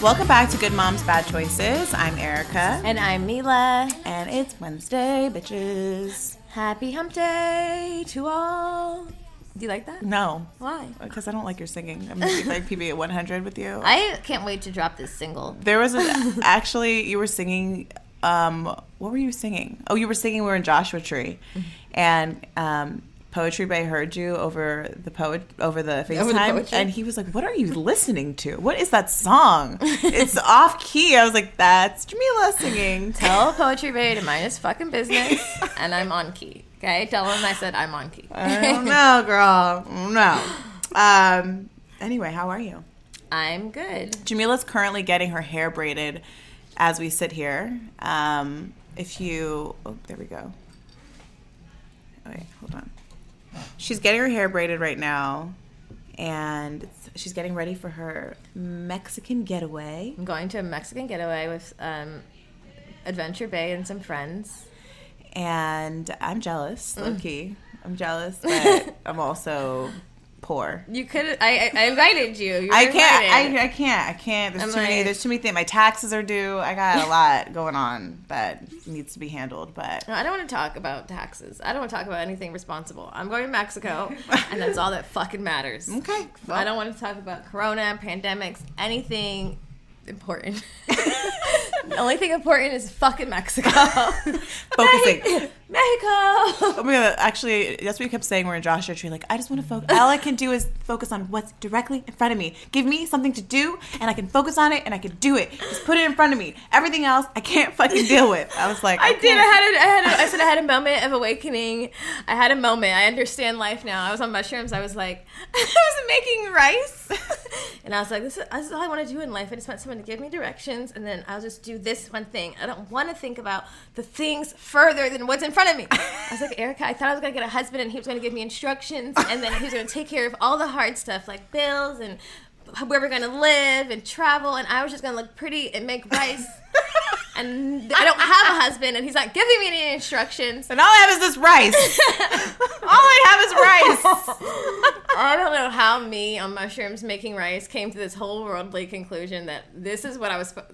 Welcome back to Good Moms Bad Choices. I'm Erica, And I'm Mila. and it's Wednesday, bitches. Happy hump day to all. Do you like that? No, Why? because I don't like your singing. I'm gonna be like PB at 100 with you. I can't wait to drop this single. There was a, actually you were singing. Um, what were you singing? Oh, you were singing. We were in Joshua Tree, and um, Poetry Bay heard you over the poet over the Over the FaceTime, poetry? and he was like, "What are you listening to? What is that song? It's off key." I was like, "That's Jamila singing." Tell Poetry Bay to mind his fucking business, and I'm on key. Okay? Tell him I said I'm on key. I don't know, girl. No. Um. Anyway, how are you? I'm good. Jamila's currently getting her hair braided as we sit here. Um, if you, oh, there we go. Oh, wait, hold on. She's getting her hair braided right now, and it's- she's getting ready for her Mexican getaway. I'm going to a Mexican getaway with um, Adventure Bay and some friends. And I'm jealous, low key. I'm jealous, but I'm also poor. You could I, I, I invited you. You were I can't. invited. I, I can't. I can't. There's I'm too many. like- There's too many things. My taxes are due. I got a lot going on that needs to be handled. But No, I don't want to talk about taxes. I don't want to talk about anything responsible. I'm going to Mexico, and that's all that fucking matters. okay, I don't want to talk about corona, pandemics, anything important. the only thing important is fucking Mexico. Focusing. Me- Mexico. Oh my god! Actually, that's what you kept saying. We're in Joshua Tree. Like, I just want to focus. All I can do is focus on what's directly in front of me. Give me something to do, and I can focus on it, and I can do it. Just put it in front of me. Everything else, I can't fucking deal with. I was like, I did. I can't. had. A, I had. A, I said I had a moment of awakening. I had a moment. I understand life now. I was on mushrooms. I was like, I was making rice, and I was like, this is, this is all I want to do in life. I just want someone to give me directions, and then I'll just do this one thing. I don't want to think about the things further than what's in front of me. I was like, Erica, I thought I was gonna get a husband, and he was gonna give me instructions, and then he was gonna take care of all the hard stuff like bills and where we're gonna live and travel, and I was just gonna look pretty and make rice and I don't have a husband, and he's not giving me any instructions. And all I have is this rice. all I have is rice. I don't know how me on mushrooms making rice came to this whole worldly conclusion that this is what I was. sp-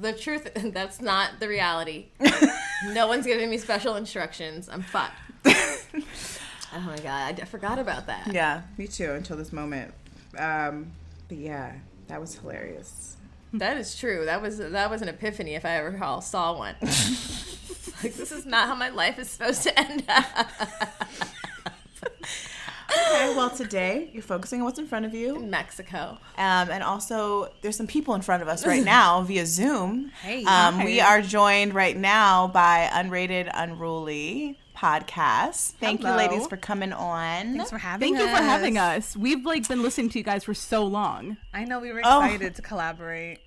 The truth, that's not the reality. no one's giving me special instructions. I'm fucked. Oh my god, I d- forgot about that. Yeah, me too. Until this moment, um, but yeah, that was hilarious. That is true. That was that was an epiphany if I ever recall, saw one. like this is not how my life is supposed to end up. Okay, well, today you're focusing on what's in front of you, In Mexico. um, and also there's some people in front of us right now via Zoom. Hey, um, hi. we are joined right now by Unrated Unruly podcast. Thank Hello. you, ladies, for coming on. Thanks for having Thank you for us. having us. We've like been listening to you guys for so long. I know we were Oh. excited to collaborate.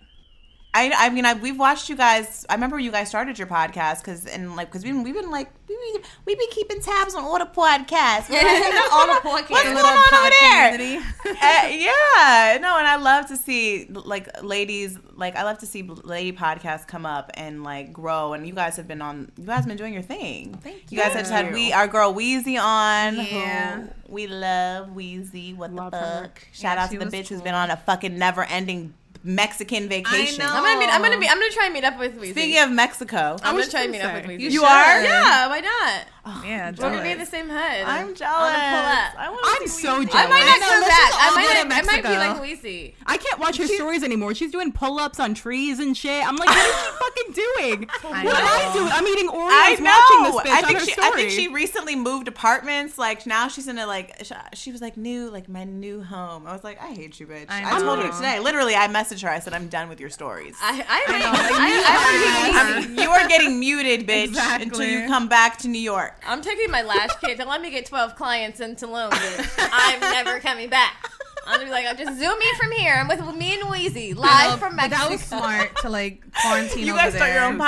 I, I mean, I, we've watched you guys. I remember you guys started your podcast because and like because we've been, we've been like we we we been keeping tabs on all the podcasts. We're like, All the poor What's kids. going on over there? community. uh, yeah, no, and I love to see like ladies, like I love to see lady podcasts come up and like grow. And you guys have been on, you guys have been doing your thing. Thank You guys have just had we our girl Wheezy on. Yeah. who we love Wheezy. What Love the her. fuck? Shout Yeah, out to she the was bitch who's cool. been on a fucking never-ending Mexican vacation. know. I'm gonna meet. I'm gonna meet. I'm gonna try and meet up with Weezy. Speaking of Mexico, I'm was gonna just try and meet gonna up with say, Weezy. you You are? Yeah, why not? Yeah, We're gonna be in the jealous. same hood. I'm jealous. I'm gonna pull up. I wanna I'm see so Wheezy. jealous. I might not No, come this back. is I all might. good Not, I in might be like Mexico. Weezy. I can't watch her stories anymore. She's doing pull-ups on trees and shit. I'm like, what is she fucking doing? I what am I know. doing? I'm eating Oreos I watching know. this bitch I think on her she. story. I think she recently moved apartments. Like now she's in a like. sh- She was like new, like my new home. I was like, I hate you, bitch. I I, told her know. today. Literally, I messaged her. I said, I'm done with your stories. I. I. I. know. I, I, I, I I know. you are getting muted, bitch, until Exactly. you come back to New York. I'm taking my lash kit. Don't let me get 12 clients in Tulum. bitch. I'm never coming back. I'm gonna be like, I'm just zoom me from here. I'm with me and Weezy live Well, from but Mexico. That was smart to like quarantine. You guys over start your there. own podcast.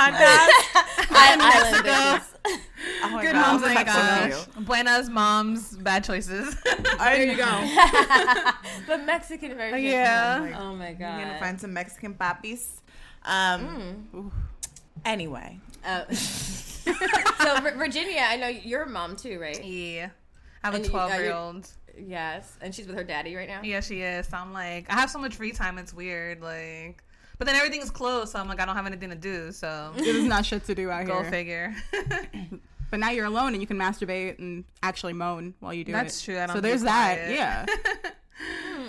I, island bitches. Oh my Good God, moms, I'm oh my obsessed gosh. with uh, Buenas moms, bad choices. you. There you go. the Mexican version. yeah. Oh my god. I'm gonna find some Mexican poppies. Um. ooh. Anyway, Oh. so Vir- Virginia, I know you're a mom too, right? Yeah. I have a And you- are you- 12 year old. Yes, and she's with her daddy right now. Yeah, she is. So I'm like, I have so much free time. It's weird. Like, But then everything is closed, so I'm like, I don't have anything to do. So There's not shit to do out go here. figure. But now you're alone and you can masturbate and actually moan while you do it. That's true, I don't so be there's that. quiet. Yeah.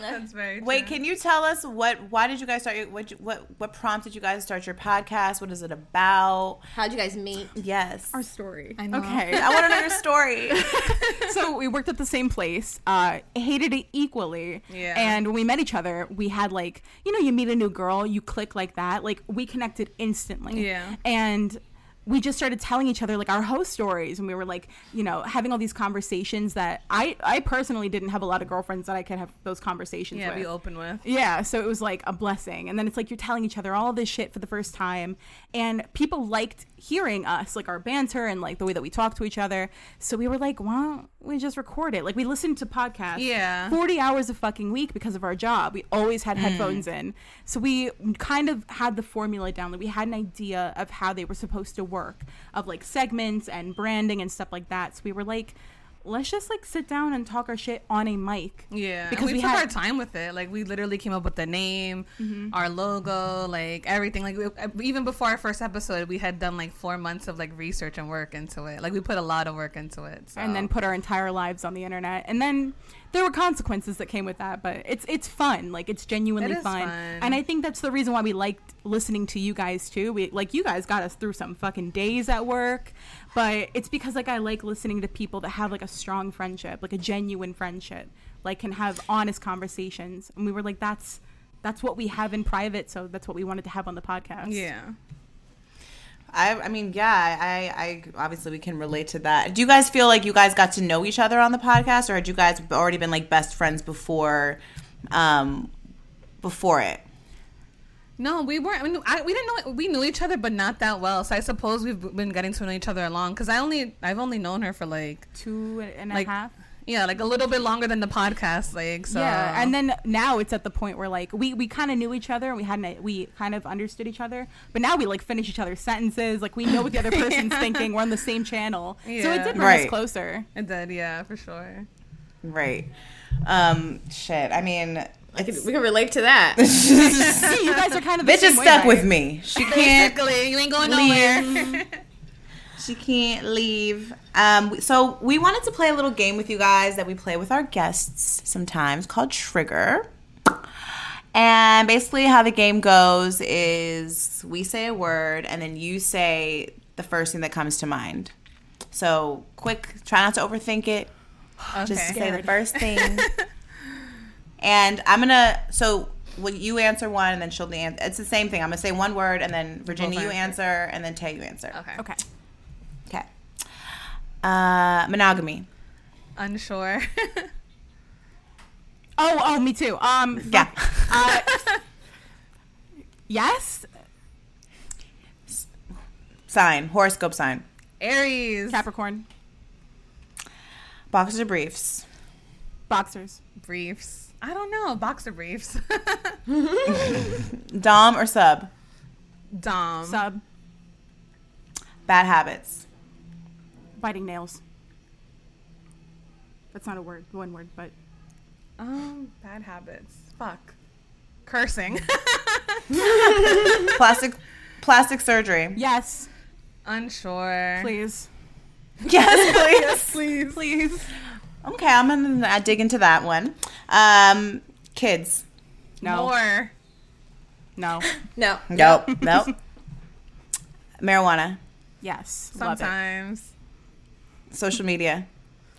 That's very true. Wait, can you tell us what? Why did you guys start? your- What? What? What prompted you guys to start your podcast? What is it about? How'd you guys meet? Yes, Our story. I know. Okay. I want to know your story. so we worked at the same place, uh, hated it equally. Yeah. And when we met each other, we had like, you know, you meet a new girl, you click like that. Like we connected instantly. Yeah. And we just started telling each other like our host stories and we were like, you know, having all these conversations that I I personally didn't have a lot of girlfriends that I could have those conversations yeah, with. be open with. Yeah, so it was like a blessing. And then it's like you're telling each other all this shit for the first time. And people liked hearing us, like our banter and like the way that we talk to each other. So we were like, why don't we just record it? Like we listened to podcasts Yeah. 40 hours a fucking week because of our job. We always had headphones in. So we kind of had the formula down. Like we had an idea of how they were supposed to work, of like segments and branding and stuff like that. So we were like, let's just like sit down and talk our shit on a mic. Yeah, Because because we, we took had- Mm-hmm. our time with it. Like we literally came up with the name, our logo, like everything. Like we, uh, even before our first episode, we had done like four months of like research and work into it. Like we put a lot of work into it. So. and then put our entire lives on the internet. And then there were consequences that came with that, but it's it's fun. Like it's genuinely It is fun. fun. And I think that's the reason why we liked listening to you guys too. We like you guys got us through some fucking days at work, but it's because like I like listening to people that have like a strong friendship, like a genuine friendship, like can have honest conversations. And we were like that's that's what we have in private, so that's what we wanted to have on the podcast. yeah, I, I mean, yeah, I, I obviously we can relate to that. Do you guys feel like you guys got to know each other on the podcast, or had you guys already been like best friends before, um, before it? no, we weren't. I mean, I, we didn't know we knew each other, but not that well. So I suppose we've been getting to know each other along. Because I only I've only known her for like Two and a half. Like, yeah, like a little bit longer than the podcast. Like so Yeah, and then now it's at the point where like we, we kind of knew each other and we hadn't we kind of understood each other, but now we like finish each other's sentences, like we know what the other person's thinking. We're on the same channel, so it Yeah. did bring Right. us closer. it did. Yeah, for sure. Right. Um, shit. I mean, I could, we can relate to that. See, you guys are kind of the bitch is same way, stuck right? with me. She can't. you ain't going nowhere. She can't leave. Um, so we wanted to play a little game with you guys that we play with our guests sometimes called Trigger. And basically, how the game goes is we say a word, and then you say the first thing that comes to mind. So quick, try not to overthink it. Just Okay. say the first thing. and I'm gonna. So will you answer one, and then she'll answer. It's the same thing. I'm gonna say one word, and then Virginia, you answer, answer. and then Tay, you answer. okay. Okay, Okay. Uh, monogamy. Unsure. oh oh, me too. Um, Yeah. uh, yes, sign. Horoscope sign. Aries. Capricorn, Boxers or briefs. boxers, briefs. I don't know, boxer briefs. Dom or sub. Dom. sub, Bad habits. biting nails. That's not a word, one word, but um, bad habits. Fuck. Cursing. Plastic. plastic surgery. yes, Unsure. please, Yes, please. please, please. okay, I'm gonna uh, dig into that one. Um, kids. No, More. no. No. Nope. Nope. Marijuana. Yes. Love it. Sometimes. Social media.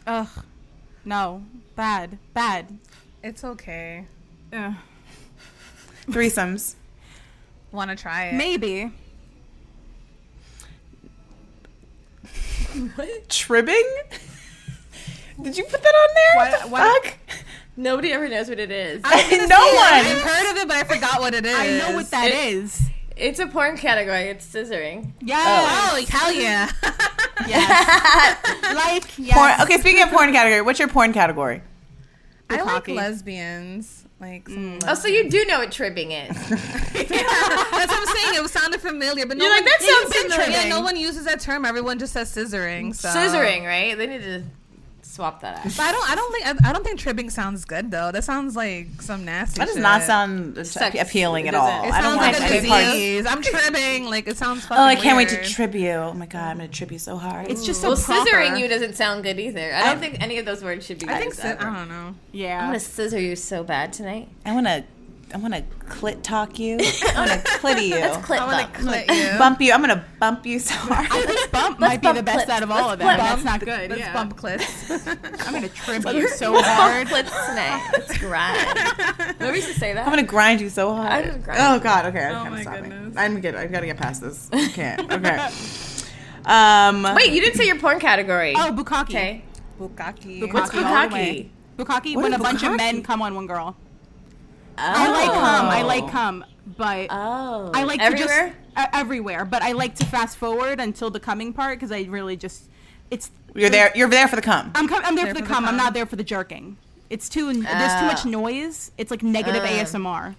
Ugh. No. Bad. Bad. It's okay. Ugh. Threesomes. Want to try it? Maybe. Tribbing. Did you put that on there? What, the what- fuck? Nobody ever knows what it is. no I've one. heard of it, but I forgot what it is. I know what that Oh. is. It's a porn category. It's scissoring. Yeah. Oh, hell yeah. Like yes. Porn. Okay, speaking of porn category, what's your porn category? I like hockey. lesbians. Like, some Oh, so you do know what tripping is. that's what I'm saying. It sounded familiar, but no You're like, one, that sounds Yeah, familiar. no one uses that term. Everyone just says scissoring. So. Scissoring, right? They need to Swap that out. But I don't. I don't think. I, I don't think tripping sounds good though. That sounds like some nasty. That does shit. not sound att- Sex. appealing It at doesn't. all. It Oh, I sounds don't want like a any part. disease. I'm tripping. Like it sounds fucking. Oh, I can't wait to weird. trip you. Oh my god, I'm gonna trip you so hard. It's just so Well, proper. scissoring you doesn't sound good either. I don't think any of those words should be. I think. used So, ever. I don't know. I'm Yeah. gonna scissor you so bad tonight. I wanna, I wanna clit talk you. I wanna clitty you. That's clit I want bump. to clit you. Bump you. I'm gonna bump you so hard. Let's Bump might be bump the best clits. out of all Let's of them. bump. That's not good. Let's yeah. bump clits. I'm gonna trip you so Let's bump hard. clits tonight. Let's grind. Remember we used to say that. I'm gonna grind you so hard. I'm gonna grind oh you. god, okay. I'm my stopping. goodness. I'm good. I've gotta get past this. I can't. Okay. Um Wait, you didn't say your porn category. Oh, bukkake. okay. Bukaki. What's Bukkake all the way. bukkake? Bukkake What when is a bunch of bukkake? men come on one girl. I like cum. I like cum, but Oh. I like everywhere. to just uh, Oh. everywhere. But I like to fast forward until the coming part because I really just it's You're there you're there for the cum. I'm, com- I'm there, for the cum. I'm not there for the jerking. It's too there's too Ah. much noise. It's like negative ASMR.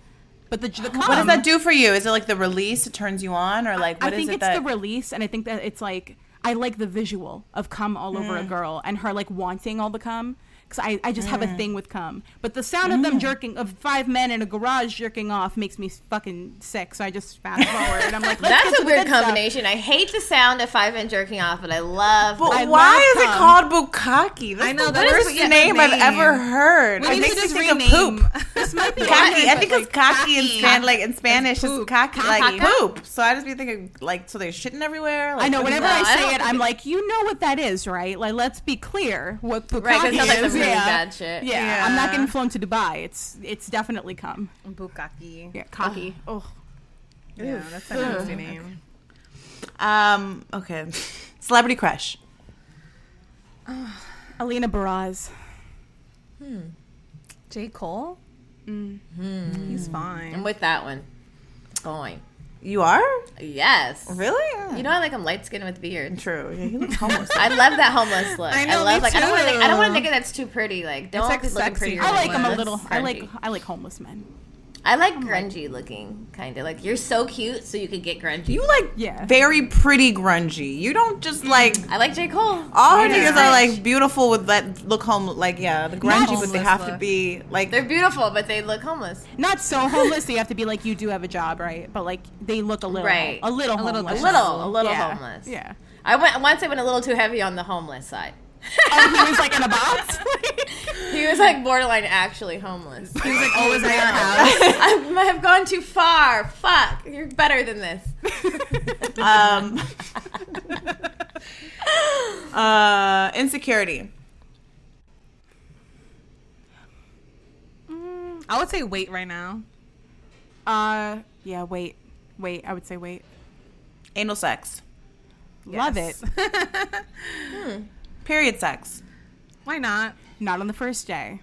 But the the cum. What does that do for you? Is it like the release that turns you on or like um, I what is think it it's that the release, and I think that it's like I like the visual of cum all over Hmm. a girl and her like wanting all the cum because I, I just have Hmm. a thing with cum. But the sound of them jerking of five men in a garage jerking off makes me fucking sick. So I just fast forward. and I'm like, Let's get That's to a the weird good stuff." combination. I hate the sound of five men jerking off, but I love. But I why love is it cum. called bukkake? That's I know, the that is worst what- yeah, name, I've name. ever heard. We I need think to it's just think of rename. poop. This might be Cocky. I awkward, think but, it's cocky in cocky. Span like in Spanish is poop. cocky like Caca. poop. So I just be thinking like so they're shitting everywhere. Like, I know. what is Whenever No, I I say don't it, think I'm it- like, you know what that is, right? Like, let's be clear what bukkake Right, 'cause it sounds like is. some really yeah. bad shit. Yeah. I'm not Yeah. getting flown to Dubai. It's it's definitely cum. Bukaki. Yeah, cocky. Oh, Yeah, that's a nasty name. Um. Okay. Celebrity crush. Alina Baraz. J. Cole? Hmm. He's fine. I'm with that one. Going. You are Yes. really. You know I like him light skinned with beard. True. Yeah, he looks homeless. I love that homeless look. I, I know, love me like I don't want too. I don't want a nigga that's too pretty. Like don't like be looking sexy. pretty. I like him a Homeless, little. I like I like homeless men. I like grungy looking kind of like you're so cute, so you could get grungy. you like Yeah. very pretty grungy. You don't just like. I like J Cole. All her niggas Yeah. are like beautiful with that look home like yeah the grungy but they homeless have to look. be like They're beautiful, but they look homeless. Not so homeless. so you have to be like you do have a job, right? But like they look a little, Right. a little, A little- homeless. A little, a little Yeah. homeless. Yeah. I went once. I went a little too heavy on the homeless side. Oh, he was like in a box. He was like borderline actually homeless. He was like always at your house. I might have gone too far. Fuck, you're better than this. um uh insecurity. I would say wait right now. uh, yeah. Wait, wait. I would say wait. Anal sex. Love it. Period sex. Why not? Not on the first day.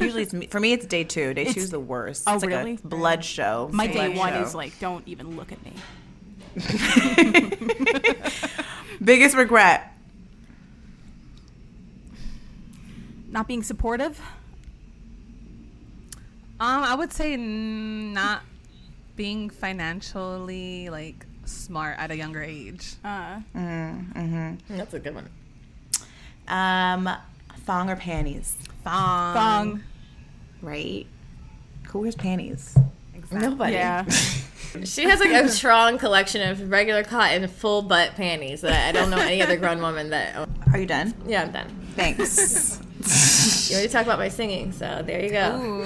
Usually it's me, for me it's day 2. Day It's- 2 is the worst. Oh, it's like really? a blood show. My day Blood one show. is like, don't even look at me. biggest regret. Not being supportive. Um, I would say n- not being financially like smart at a younger age. Uh, That's a good one. Um thong or panties, Thong. thong. right? Who wears panties? Nobody. Yeah. She has like a strong collection of regular cotton full butt panties that I don't know any other grown woman that. Are you done? Yeah, I'm done. Thanks. You already talked about my singing, so there you go.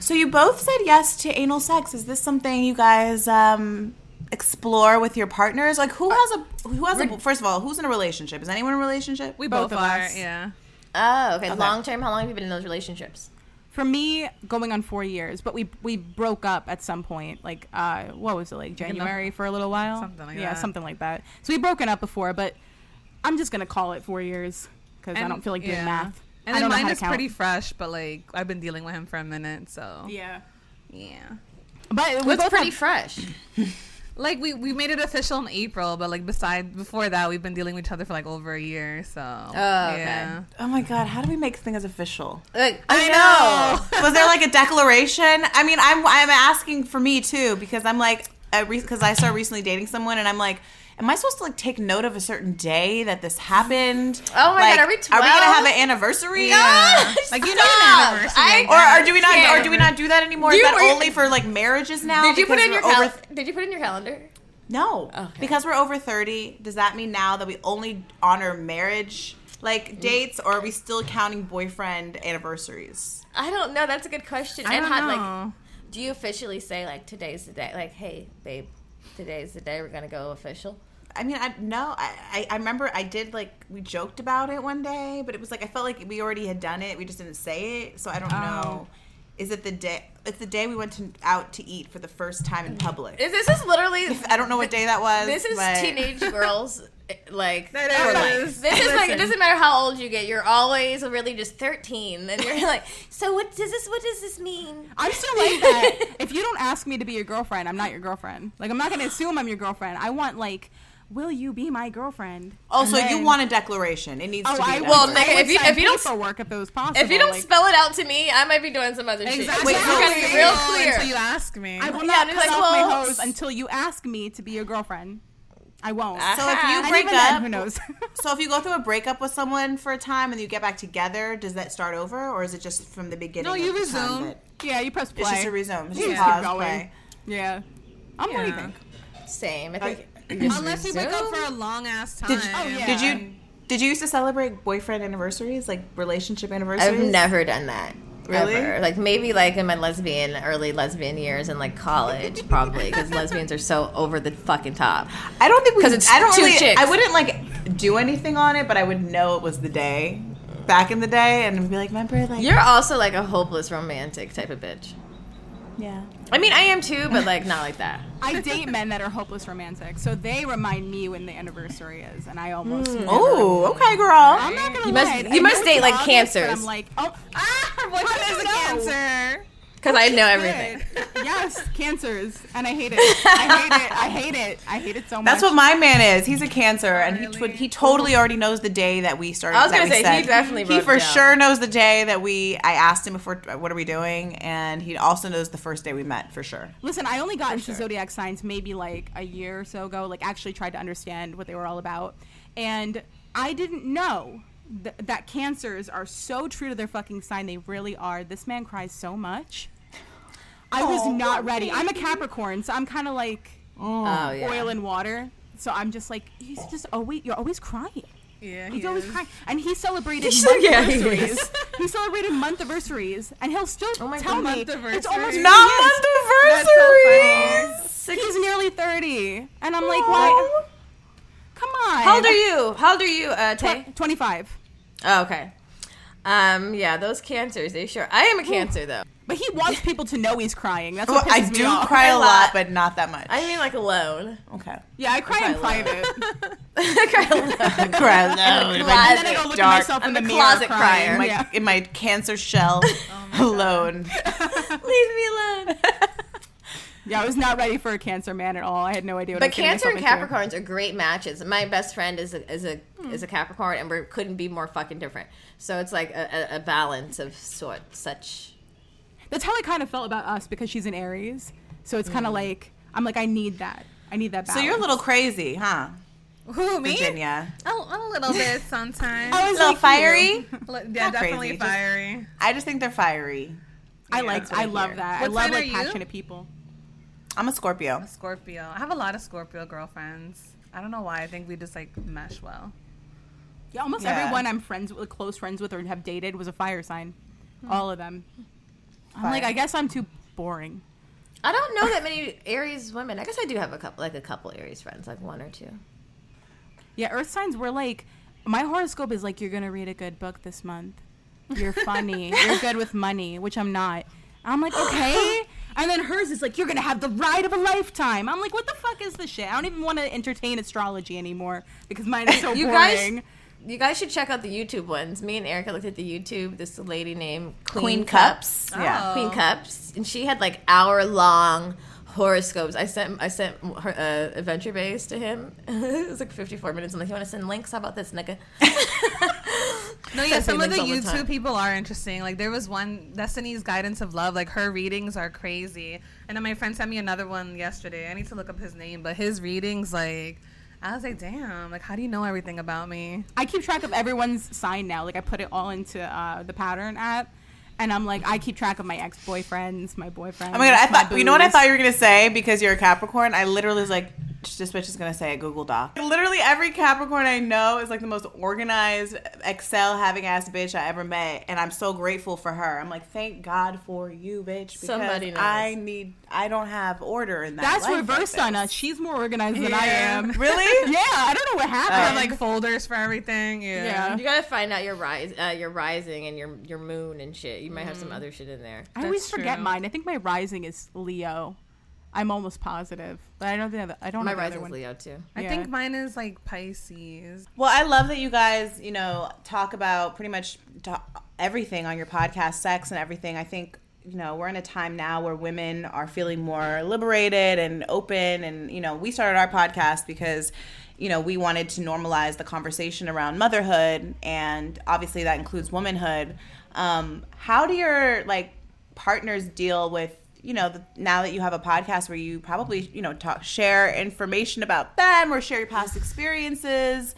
so you both said yes to anal sex. Is this something you guys um, explore with your partners? Like who has a who has a first of all who's in a relationship? Is anyone in a relationship? We Both both, of are. us. Yeah. Oh, okay. Long term, how long have you been in those relationships? For me, going on four years, but we we broke up at some point. Like, uh, what was it like January for a little while? Something like yeah, that. something like that. So we broken up before, but I'm just gonna call it four years because I And- don't feel like doing yeah. math. And I then don't mine know how to is count. pretty fresh, but like I've been dealing with him for a minute, so Yeah, yeah. but we What's both pretty have- fresh? Like we we made it official in April, but like beside before that, we've been dealing with each other for like over a year. So oh, okay. Oh my god, how do we make things official? Like, I know. Was there like a declaration? I mean, I'm I'm asking for me too because I'm like because I started recently dating someone and I'm like am I supposed to like take note of a certain day that this happened? Oh my Like, God, are we Are we gonna 12? have an anniversary? Like you know Stop! an anniversary. I- like Or, that. or do we not? Or do we not do that anymore? Is You that were- only for like marriages now? Did you put because in your we're cal- over- Did you put in your calendar? No, Okay. because we're over thirty. Does that mean now that we only honor marriage Mm. like dates, or are we still counting boyfriend anniversaries? I don't know. That's a good question. I and don't had, like, know. do you officially say like today's the day? Like, hey, babe, today's the day we're gonna go official. I mean, I no, I, I I remember I did like we joked about it one day, but it was like I felt like we already had done it. We just didn't say it, so I Oh. don't know. Is it the day? It's the day we went to, out to eat for the first time in public. Is- This is literally. I don't know what day that was. Mm. This is but- teenage girls. eh, Like That are like- is. This is like it Listen. doesn't matter how old you get. You're always really just thirteen, and you're like, so what does this? What does this mean? I'm still like that. if you don't ask me to be your girlfriend, I'm not your girlfriend. Like I'm not gonna assume I'm your girlfriend. I want like, will you be my girlfriend? Oh, so you want a declaration? It needs Oh, to be. I done. Well, would- Megan, I would if you- sign if you don't s- paperwork if it was possible. If you don't like, spell it out to me, I might be doing some other Exactly. shit. Wait, you gotta be real clear. Until you ask me. I will Yeah, not and it's cut like, off well, my hose until you ask me to be your girlfriend. I won't. so if you And Ah. break even up, then, who knows? so if you go through a breakup with someone for a time and you get back together, does that start over, or is it just from the beginning? No, you of the time resume. that- yeah, you press play. It's just a resume. It's just Yeah. pause, Keep going. play. yeah. I'm what do you Yeah. think? Same. I think. Unless you wake up for a long ass time. Did you, oh, yeah. did you did you used to celebrate boyfriend anniversaries, like relationship I've anniversaries? never done that. Really? Ever. Like maybe like in my lesbian early lesbian years and like college probably because lesbians are so over the fucking top. I don't think we. 'Cause it's I don't two really. chicks. I wouldn't like do anything on it, but I would know it was the day back in the day, and be like, remember, like, You're also like a hopeless romantic type of bitch. yeah. I mean, I am too, but like not like that. I date men that are hopeless romantic, so they remind me when the anniversary is, and I almost. never- Oh, okay, girl. I'm not gonna You must- lie. you I know must it's date, like, August, cancers. but I'm like, oh, Ah, what How do is you a know? cancer? Because I know everything. yes, cancers, and I hate it. I hate it. I hate it. I hate it so much. That's what my man is. He's a Cancer, and he Really? tw- he totally already knows the day that we started. I was that gonna we say, said. he definitely he wrote for it down. sure knows the day that we. I asked him before, what are we doing, and he also knows the first day we met for sure. Listen, I only got into zodiac signs maybe like a year or so ago. Like, actually tried to understand what they were all about, and I didn't know th- that cancers are so true to their fucking sign. They really are. This man cries so much. I was not ready. I'm a Capricorn, so I'm kind of like Oh, yeah. oil and water. So I'm just like he's just always you're always crying. Yeah, He's he always is. crying, and he celebrated He's- month yeah, he is. anniversaries. he celebrated month anniversaries, and he'll still my tell God. me Month-iversaries. it's almost No, two years. That's so funny. He's nearly thirty, and I'm like, why? Come on. How old are you? How old are you, uh, Tay? Tw- Twenty-five. Oh, okay. Um, yeah, those cancers. They sure. I am a cancer though. But he wants people to know he's crying. That's Well, what I pisses me do off. cry a A lot, lot. but not that much. I mean, like alone. okay. Yeah, I cry in cry a private. I cry alone. cry alone. in my- and then I go look Dark. at myself I'm in the a mirror closet crying. crier. In my, Yeah. in my cancer shell alone. Leave me alone. yeah, I was not ready for a cancer man at all. I had no idea what I But was getting Cancer and myself into. Capricorns are great matches. My best friend is a is a is a Capricorn, and we couldn't be more fucking different. So it's like a, a, a balance of sort such. That's how I kind of felt about us because she's an Aries. So it's kind of like I'm like I need that. I need that. So Balance. you're a little crazy, huh, Who me? Virginia? A, a little bit sometimes. A Oh, little fiery. Li- yeah, Not definitely crazy, just- fiery. I just think they're fiery. I Yeah, like. that's what I I love hear. that. What I love sign are like you? passionate people. I'm a Scorpio. Scorpio. I have a lot of Scorpio girlfriends. I don't know why. I think we just like mesh well. Yeah, almost Yeah. everyone I'm friends with, close friends with, or have dated was a fire sign. All of them. I'm like, Fire. I guess I'm too boring. I don't know that many Aries women. I guess I do have a couple, like a couple Aries friends, like one or two. Yeah, earth signs were like, my horoscope is like, you're gonna read a good book this month. You're funny. you're good with money, which I'm not. I'm like, okay. And then hers is like, you're gonna have the ride of a lifetime. I'm like, what the fuck is this shit? I don't even want to entertain astrology anymore because mine is so You guys- boring. You guys should check out the YouTube ones. Me and Erica looked at the YouTube. This lady named Queen, Queen Cups. cups. Yeah. Oh. Queen Cups, and she had like hour long horoscopes. I sent I sent her, uh, Adventure Base to him. it was like 54 minutes. I'm like, you want to send links? How about this, nigga? No, yeah, Sends me some of the links all the YouTube time. people are interesting. Like there was one Destiny's Guidance of Love, like her readings are crazy. And then my friend sent me another one yesterday. I need to look up his name, but his readings like I was like, damn, like, how do you know everything about me? I keep track of everyone's sign now. Like I put it all into uh, the pattern app, and I'm like, I keep track of my ex boyfriends, my boyfriends. Oh my god, I thought you know what I thought you were gonna say because you're a Capricorn. I literally was like, this bitch is gonna say a Google Doc. Literally every Capricorn I know is like the most organized Excel having ass bitch I ever met, and I'm so grateful for her. I'm like, thank God for you, bitch. Because Somebody knows. I need. I don't have order in that. That's life reversed like on this. us. She's more organized than I Yeah. am. Really? Yeah, I don't know what I have happened. Uh, like folders for everything. Yeah. Yeah. You gotta find out your rise, uh, your rising, and your your moon and shit. You might have Mm. some other shit in there. I always that's forget true. mine. I think my rising is Leo. I'm almost positive, but I don't think I don't My know the other rising's one. Leo too. I Yeah. think mine is like Pisces. Well, I love that you guys, you know, talk about pretty much ta everything on your podcast, sex and everything. I think, you know, we're in a time now where women are feeling more liberated and open. And, you know, we started our podcast because, you know, we wanted to normalize the conversation around motherhood. And obviously that includes womanhood. Um, how do your, like, partners deal with you know the, now that you have a podcast where you probably you know talk share information about them or share your past experiences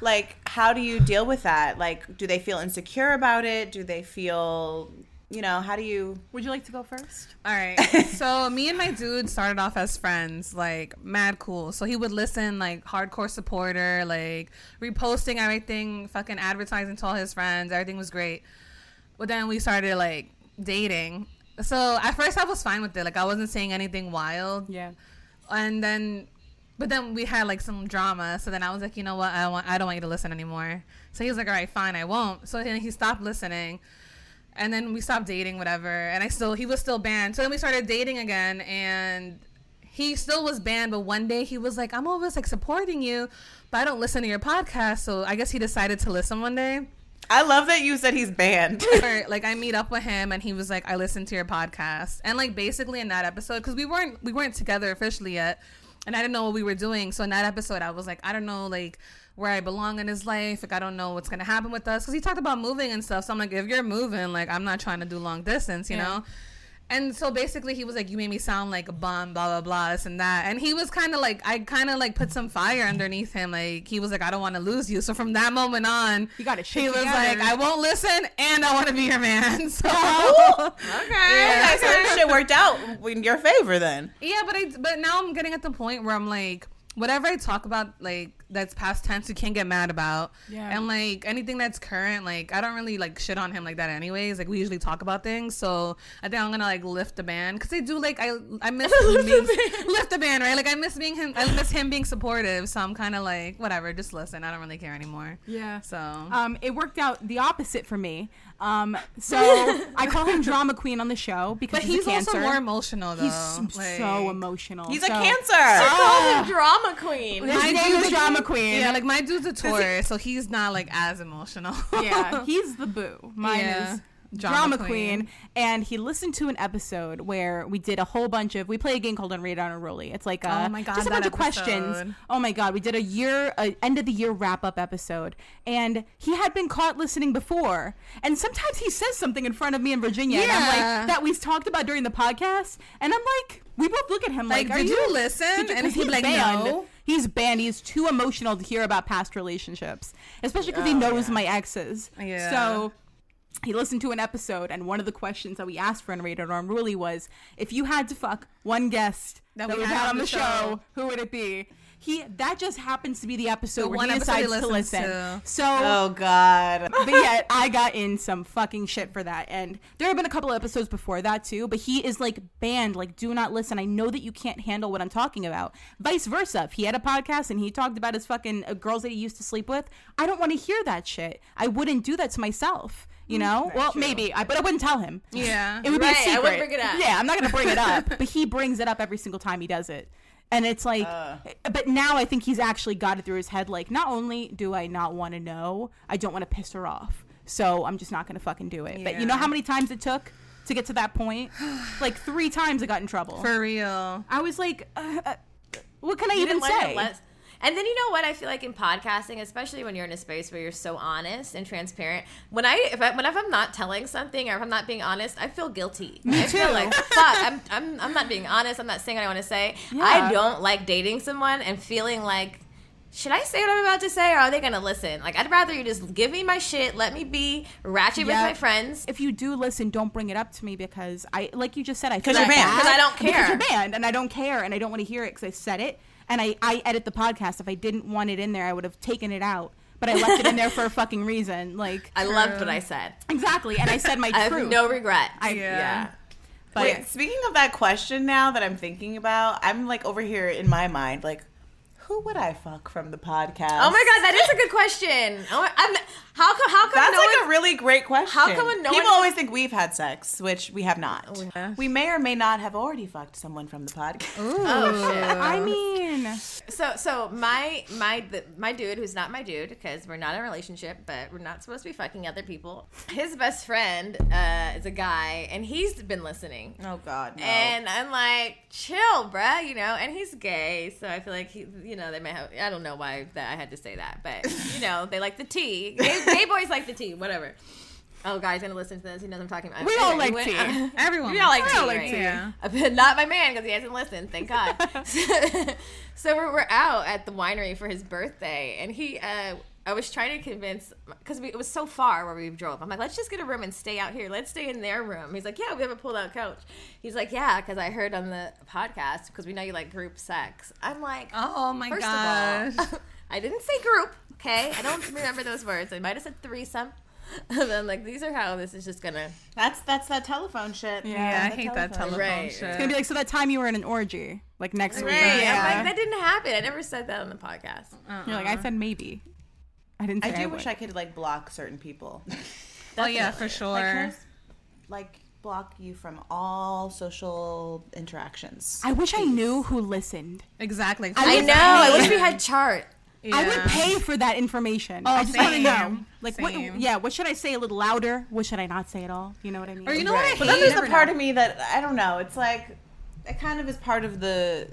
like how do you deal with that like do they feel insecure about it do they feel you know how do you Would you like to go first? All right. so me and my dude started off as friends, like mad cool. So he would listen, like hardcore supporter, like reposting everything, fucking advertising to all his friends. Everything was great. But then we started like dating. So at first I was fine with it. Like I wasn't saying anything wild. Yeah. and then but then we had like some drama so then i was like you know what i want i don't want you to listen anymore so he was like all right fine i won't so then he stopped listening and then we stopped dating whatever and i still he was still banned so then we started dating again and he still was banned but one day he was like i'm always like supporting you but i don't listen to your podcast so i guess he decided to listen one day i love that you said he's banned or, like I meet up with him and he was like, I listened to your podcast. And like basically in that episode, because we weren't we weren't together officially yet. And I didn't know what we were doing. So in that episode I was like, I don't know like where I belong in his life. Like I don't know what's gonna happen with us. Cause he talked about moving and stuff. So I'm like, if you're moving, like I'm not trying to do long distance, you know? And so basically, he was like, "You made me sound like a bum, blah blah blah, this and that." And he was kind of like, I kind of like put some fire underneath him. Like he was like, "I don't want to lose you." So from that moment on, You got it shit He was together. like, "I won't listen, and I want to be your man." So okay so this shit worked out in your favor then yeah, but I but now I'm getting at the point where I'm like, whatever I talk about, like that's past tense, you can't get mad about. Yeah. And like anything that's current, like I don't really like shit on him like that, anyways. Like we usually talk about things, so I think I'm gonna like lift the ban because I do like I I miss lift, being, lift the ban, right? Like I miss being him, I miss him being supportive. So I'm kind of like whatever, just listen. I don't really care anymore. Yeah. So Um, it worked out the opposite for me. Um, so I call him drama queen on the show because but he's a cancer. also more emotional though. He's s- so Like- emotional. he's so- a cancer Call him drama queen. His My name dude's is a- drama queen. Yeah, like my dude's a Taurus, so he's not like as emotional. yeah, he's the boo. Mine Yeah. is Drama drama, queen. queen. And he listened to an episode where we did a whole bunch of. We play a game called Unrated on a Rolly. It's like a, Oh my God, just a that bunch of episode. questions. Oh my god, we did a year, a end of the year wrap up episode, and he had been caught listening before. And sometimes he says something in front of me in Virginia, and I'm Yeah. like that we've talked about during the podcast, and I'm like, we both look at him Like, like, are did you, you listen? did you- And 'cause he'd be he's like, banned. no. He's banned. He's too emotional to hear about past relationships, especially because he knows my exes. Oh, Yeah. So he listened to an episode, and one of the questions that we asked for on Rated on Ruly was if you had to fuck one guest That that, we we've had had on the show, who would it be? He that just happens to be the episode The where one he episode he decides to listens to. listen. So oh god but yet I got in some fucking shit for that. And there have been a couple of episodes before that too, but he is like banned, like do not listen. I know that you can't handle what I'm talking about. Vice versa. If he had a podcast and he talked about his fucking uh, girls that he used to sleep with, I don't want to hear that shit. I wouldn't do that to myself. You know? Well, maybe, I, but I wouldn't tell him. Yeah. It would be a Right, I secret. wouldn't bring it up. Yeah, I'm not gonna bring it up. But he brings it up every single time he does it. And it's like, Uh. but now I think he's actually got it through his head. Like, not only do I not want to know, I don't want to piss her off. So I'm just not going to fucking do it. But you know Yeah. how many times it took to get to that point? like, three times I got in trouble. For real. I was like, uh, uh, what can I You even didn't learn say? it less- And then you know what I feel like in podcasting, especially when you're in a space where you're so honest and transparent. When I if I, whenever I'm not telling something or if I'm not being honest, I feel guilty. I feel too. like fuck, I'm, I'm I'm not being honest. I'm not saying what I want to say. Yeah. I don't like dating someone and feeling like should I say what I'm about to say, or are they gonna listen? Like, I'd rather you just give me my shit, let me be ratchet with Yep. my friends. If you do listen, don't bring it up to me because I, like you just said, I feel 'Cause you're bad. banned. 'Cause I don't Because you're care. banned, and I don't care, and I don't want to hear it because I said it, and I, I edit the podcast. If I didn't want it in there, I would have taken it out, but I left it in there for a fucking reason. Like I loved what I said. exactly, and I said my I truth. have no regret. I- Yeah. but Wait, speaking of that question now that I'm thinking about, I'm like over here in my mind, like, who would I fuck from the podcast? oh my god, that is a good question. Oh, my- I'm, how come? How come? That's no like one- a really great question. How come no People one- always think we've had sex, which we have not. We may or may not have already fucked someone from the podcast. Oh, shit. I mean, So so my my the, my dude who's not my dude because we're not in a relationship but we're not supposed to be fucking other people. His best friend uh, is a guy and he's been listening. Oh god, no. And I'm like, chill, bruh, you know. And he's gay, so I feel like he, you know, they may have. I don't know why that I had to say that, but you know, they like the tea. Gay, gay boys like the tea, whatever. Oh, guy's gonna listen to this. He knows I'm talking about. We all like tea. Everyone. We all like likes tea, right? it. Yeah. Not my man because he hasn't listened. Thank God. so we're, we're out at the winery for his birthday, and he, uh, I was trying to convince because it was so far where we drove. I'm like, let's just get a room and stay out here. Let's stay in their room. He's like, yeah, we have a pulled out couch. He's like, yeah, because I heard on the podcast because we know you like group sex. I'm like, Oh my First gosh. of all, I didn't say group. Okay, I don't remember those words. I might have said threesome. and I'm like, these are how this is just gonna. that's that's that telephone shit. yeah, I hate that telephone Right. shit. It's gonna be like so that time you were in an orgy, like next week. Right. I'm Yeah. like, that didn't happen. I never said that on the podcast. You're like, I said maybe. I didn't. I Say do wish would. I could like block certain people. oh yeah, for Like, can I sure. s- like block you from all social interactions. I wish I knew who listened. Exactly. I know. I wish we had chart. I would pay for that information. Oh, I just want to same. know. Like, what, Same. yeah, what should I say a little louder? What should I not say at all? You know what I mean? Or you know Right. what But I then hate? there's a part of me that I don't know. It's like it kind of is part of the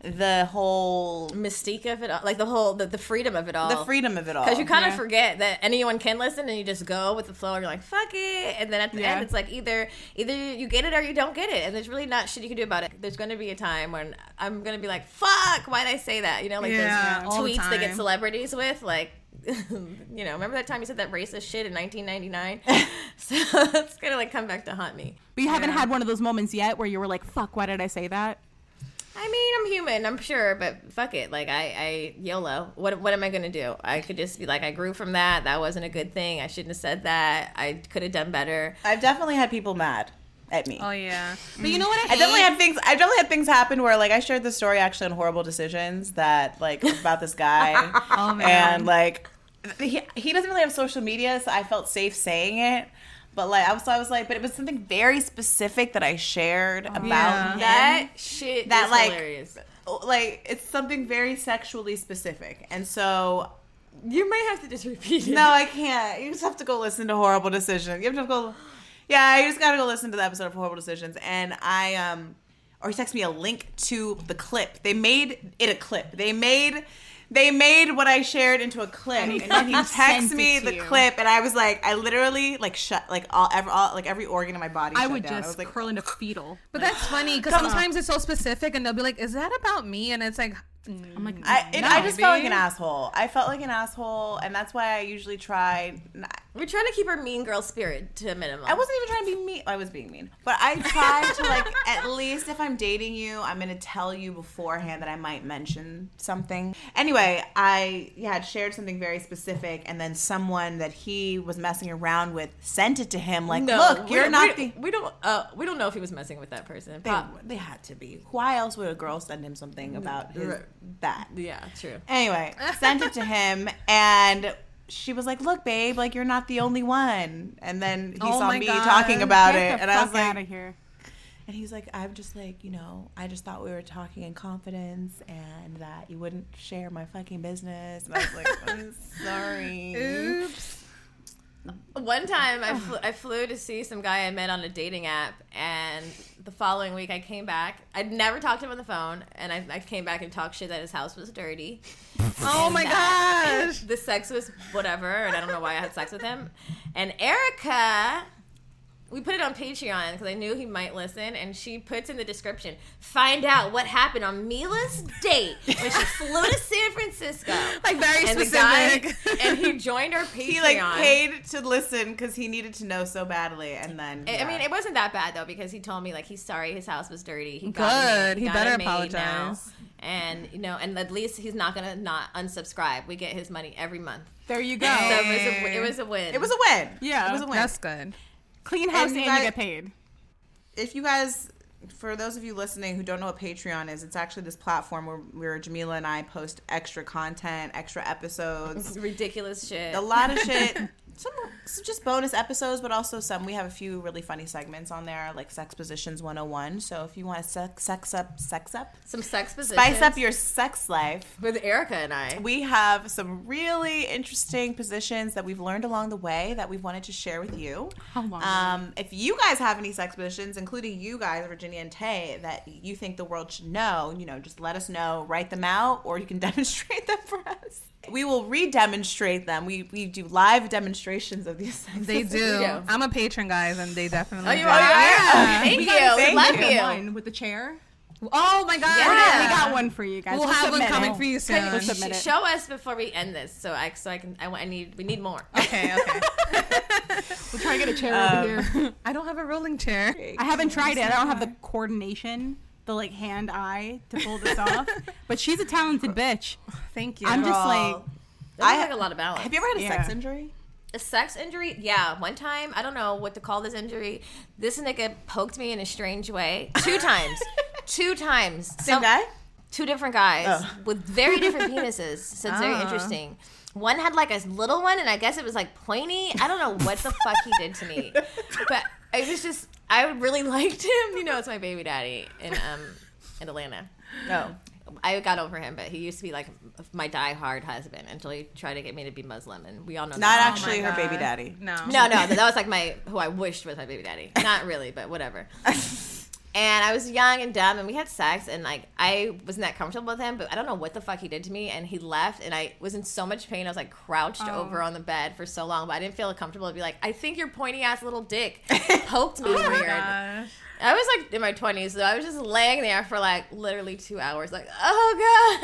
the whole Mystique of it all. Like the whole, the, the freedom of it all. the freedom of it all. Because you kind of forget that anyone can listen, and you just go with the flow, and you're like, "Fuck it," and then at the end, it's like either either you get it or you don't get it, and there's really not shit you can do about it. There's going to be a time when I'm going to be like, "Fuck, why did I say that?" You know, like Yeah, those all the tweets they get time. celebrities with, like. you know, remember that time you said that racist shit in 1999? so it's gonna like come back to haunt me. but you haven't had one of those moments yet where you were like, fuck, why did I say that? I mean, I'm human, I'm sure, but fuck it. Like, I, I YOLO. What, what am I gonna do? I could just be like, I grew from that. That wasn't a good thing. I shouldn't have said that. I could have done better. I've definitely had people mad at me. Oh yeah. But you know what I hate? I definitely had things. I definitely had things happen where, like, I shared the story actually on Horrible Decisions that, like, about this guy, Oh, man. and like, he, he doesn't really have social media, so I felt safe saying it. But like, I was, so I was like, but it was something very specific that I shared about Oh, Yeah. him. That shit. That, is like- hilarious. like it's something very sexually specific and so You might have to just repeat it. no i can't you just have to go listen to horrible decisions you have to go yeah you just gotta go listen to the episode of horrible decisions and i um or he texted me a link to the clip they made it a clip they made they made what i shared into a clip and then he texted it me to the you. clip and i was like i literally like shut like all, every, all like every organ in my body I shut would down. just i was like curl into fetal. But that's funny because sometimes it's so specific, and they'll be like, "Is that about me?" And it's like, I'm like, I, and I just felt like an baby. asshole. I felt like an asshole, and that's why I usually try. Not, We're trying to keep our mean girl spirit to a minimum. I wasn't even trying to be mean. I was being mean, but I tried to like at least if I'm dating you, I'm gonna tell you beforehand that I might mention something. Anyway, I yeah had shared something very specific, and then someone that he was messing around with sent it to him like, "Look, we- you're not we, the." We don't. Uh, we don't know if he was messing with that person. They, Prob- they had to be. Why else would a girl send him something about his that? yeah, true. Anyway, sent it to him, and she was like, "Look, babe, like you're not the only one." And then he Oh saw my me God. talking about get it, the and fuck I was like, out of here. "And he's like, I'm just like, you know, I just thought we were talking in confidence, and that you wouldn't share my fucking business." And I was like, "I'm sorry." "Oops." One time I flew, I flew to see some guy I met on a dating app, and the following week I came back. I'd never talked to him on the phone, and I, I came back and talked shit that his house was dirty. Oh my gosh. The sex was whatever, and I don't know why I had sex with him. And Erica we put it on Patreon because I knew he might listen, and she puts in the description, find out what happened on Mila's date when she flew to San Francisco. Like very and specific. The guy, and he joined our Patreon. He like paid to listen because he needed to know so badly, and then I- I yeah. mean, it wasn't that bad though because he told me like he's sorry his house was dirty. He Good. it- He got better it made now. apologize. And you know, and at least he's not gonna not unsubscribe. We get his money every month. There you So go. it was a, it was a win. it was a win. Yeah. it was a win. That's good. Clean house And and, you you guys- get paid. if you guys for those of you listening who don't know what patreon is it's actually this platform where, where jamila and i post extra content extra episodes ridiculous shit. a lot of shit some, some just bonus episodes but also some we have a few really funny segments on there like sex positions 101 so if you want to sex, sex up sex up Some sex positions. spice up your sex life with Erica and I. we have some really interesting positions that we've learned along the way that we've wanted to share with you How long? um, if you guys have any sex positions, including you guys, Virginia and Tay, that you think the world should know, you know, just let us know, write them out, or you can demonstrate them for us. We will re-demonstrate them. We we do live demonstrations of these things. They do. do. I'm a patron, guys, and they definitely. Oh, you do. are? yeah. Thank We you. gotta We thank love you. you. One with the chair. Oh my god. Yeah. We got one for you guys. We'll We'll have one submit coming it. for you soon. Can you- submit it. Show us before we end this, so I so I can I, want- I need we need more. Okay, okay. We'll try to get a chair over here. I don't have a rolling chair. Um, I haven't tried it. I don't have the coordination, the like hand eye to pull this off. But she's a talented bitch. Thank you. I'm just Girl. like That I- I like a lot of balance. Have you ever had a sex Yeah. injury? a sex injury? Yeah, one time I don't know what to call this injury. This nigga poked me in a strange way two times, two times. Same Some- guy? two different guys Oh. with very different penises. So it's very Ah. interesting. One had like a little one, and I guess it was like pointy. I don't know what the fuck he did to me, but it was just I really liked him. You know, it's my baby daddy in um in Atlanta. Oh No. I got over him, but he used to be like my die-hard husband until he tried to get me to be Muslim, and we all know Not that. Oh my actually her God. baby daddy. No. No, no, that that was like my who I wished was my baby daddy. Not really, but whatever. And I was young and dumb, and we had sex, and like I wasn't that comfortable with him, but I don't know what the fuck he did to me, and he left, and I was in so much pain. I was like crouched over on the bed for so long, but I didn't feel comfortable to be like, I think your pointy ass little dick poked me weird. Gosh. I was like in my twenties, so I was just laying there for like literally two hours, like, oh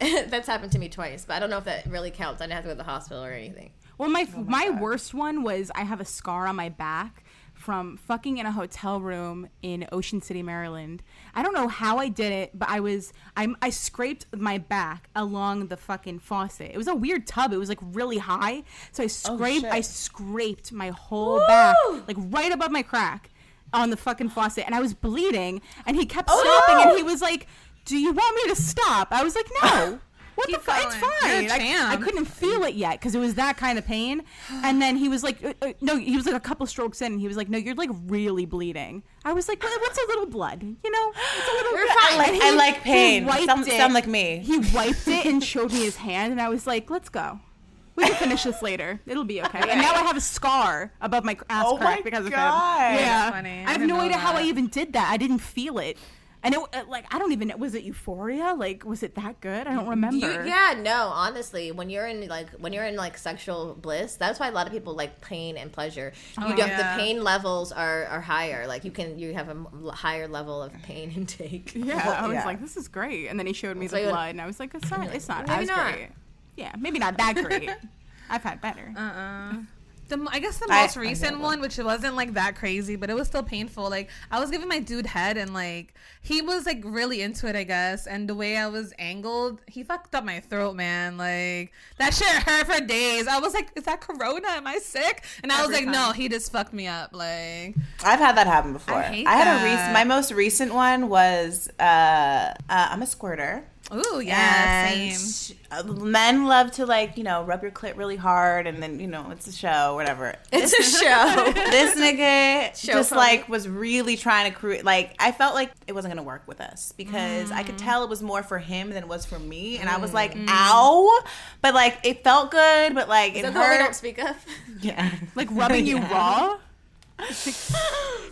god. That's happened to me twice, but I don't know if that really counts. I didn't have to go to the hospital or anything. Well, my my, worst one was I have a scar on my back from fucking in a hotel room in Ocean City, Maryland. I don't know how I did it, but I was I I scraped my back along the fucking faucet. It was a weird tub. It was like really high, so I scraped shit. I scraped my whole back like right above my crack on the fucking faucet, and I was bleeding. And he kept stopping, and he was like, "Do you want me to stop?" I was like, "No." What the Keep fuck? It's going. You're a fine. I, I champ. couldn't couldn't feel it yet because it was that kind of pain. And then he was like, uh, uh, no, he was like a couple strokes in, and he was like, no, you're like really bleeding. I was like, well, what's a little blood? You know, it's a little. We're blood." fine. And I he- like he pain. wiped Some, it. some like me. He wiped it and showed me his hand, and I was like, let's go. We can finish this later. It'll be okay. And now I have a scar above my ass Oh crack my God. because of him. Yeah, That's funny. I I have didn't no know idea how that. I even did that. I didn't feel it. And it, uh, like I don't even was it euphoria like was it that good I don't remember You, yeah, no, honestly, when you're in like when you're in like sexual bliss, that's why a lot of people like pain and pleasure. Oh, You don't, yeah. the pain levels are are higher. Like you can you have a m- higher level of pain intake. Yeah, I was yeah. like, this is great. And then he showed me So the you- blood, and I was like, it's not, it's not Maybe as not. great. Yeah, maybe not that great. I've had better. Uh-uh. The, mo- I guess the I- most I know recent that. one, which wasn't like that crazy, but it was still painful. Like I was giving my dude head, and like he was like really into it, I guess. And the way I was angled, he fucked up my throat, man. Like that shit hurt for days. I was like, "Is that corona? Am I sick?" And I was like, "No, he just fucked me up." Like I've had that happen before. I hate had a that. recent. My most recent one was uh, uh, I'm a squirter. Ooh, yeah, and same. uh, men love to like you know rub your clit really hard and then you know it's a show whatever It's a show. this nigga Show just pony. like was really trying to create like i felt like it wasn't gonna work with us because i could tell it was more for him than it was for me and i was like ow but like it felt good but like it So we don't hurt speak up. yeah Like rubbing you Yeah. raw? it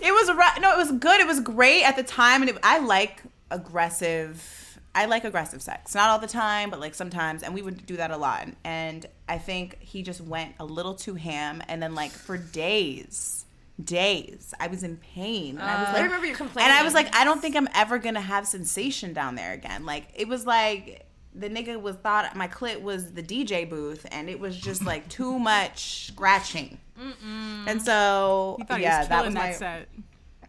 was ru- no it was good it was great at the time and it, i like aggressive i like aggressive sex not all the time but like sometimes and we would do that a lot and i think he just went a little too ham and then like for days days. I was in pain. And I was I Uh, like, remember you complaining. and I was like, I don't think I'm ever gonna have sensation down there again. Like it was like the nigga was thought my clit was the DJ booth, and it was just like too much scratching. And so He thought he yeah, was that was killing that, my set.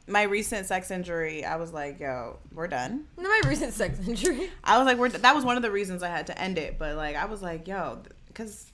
my recent sex injury. I was like, yo, we're done. No, my recent sex injury. I was like, we're that was one of the reasons I had to end it. But like, I was like, yo, because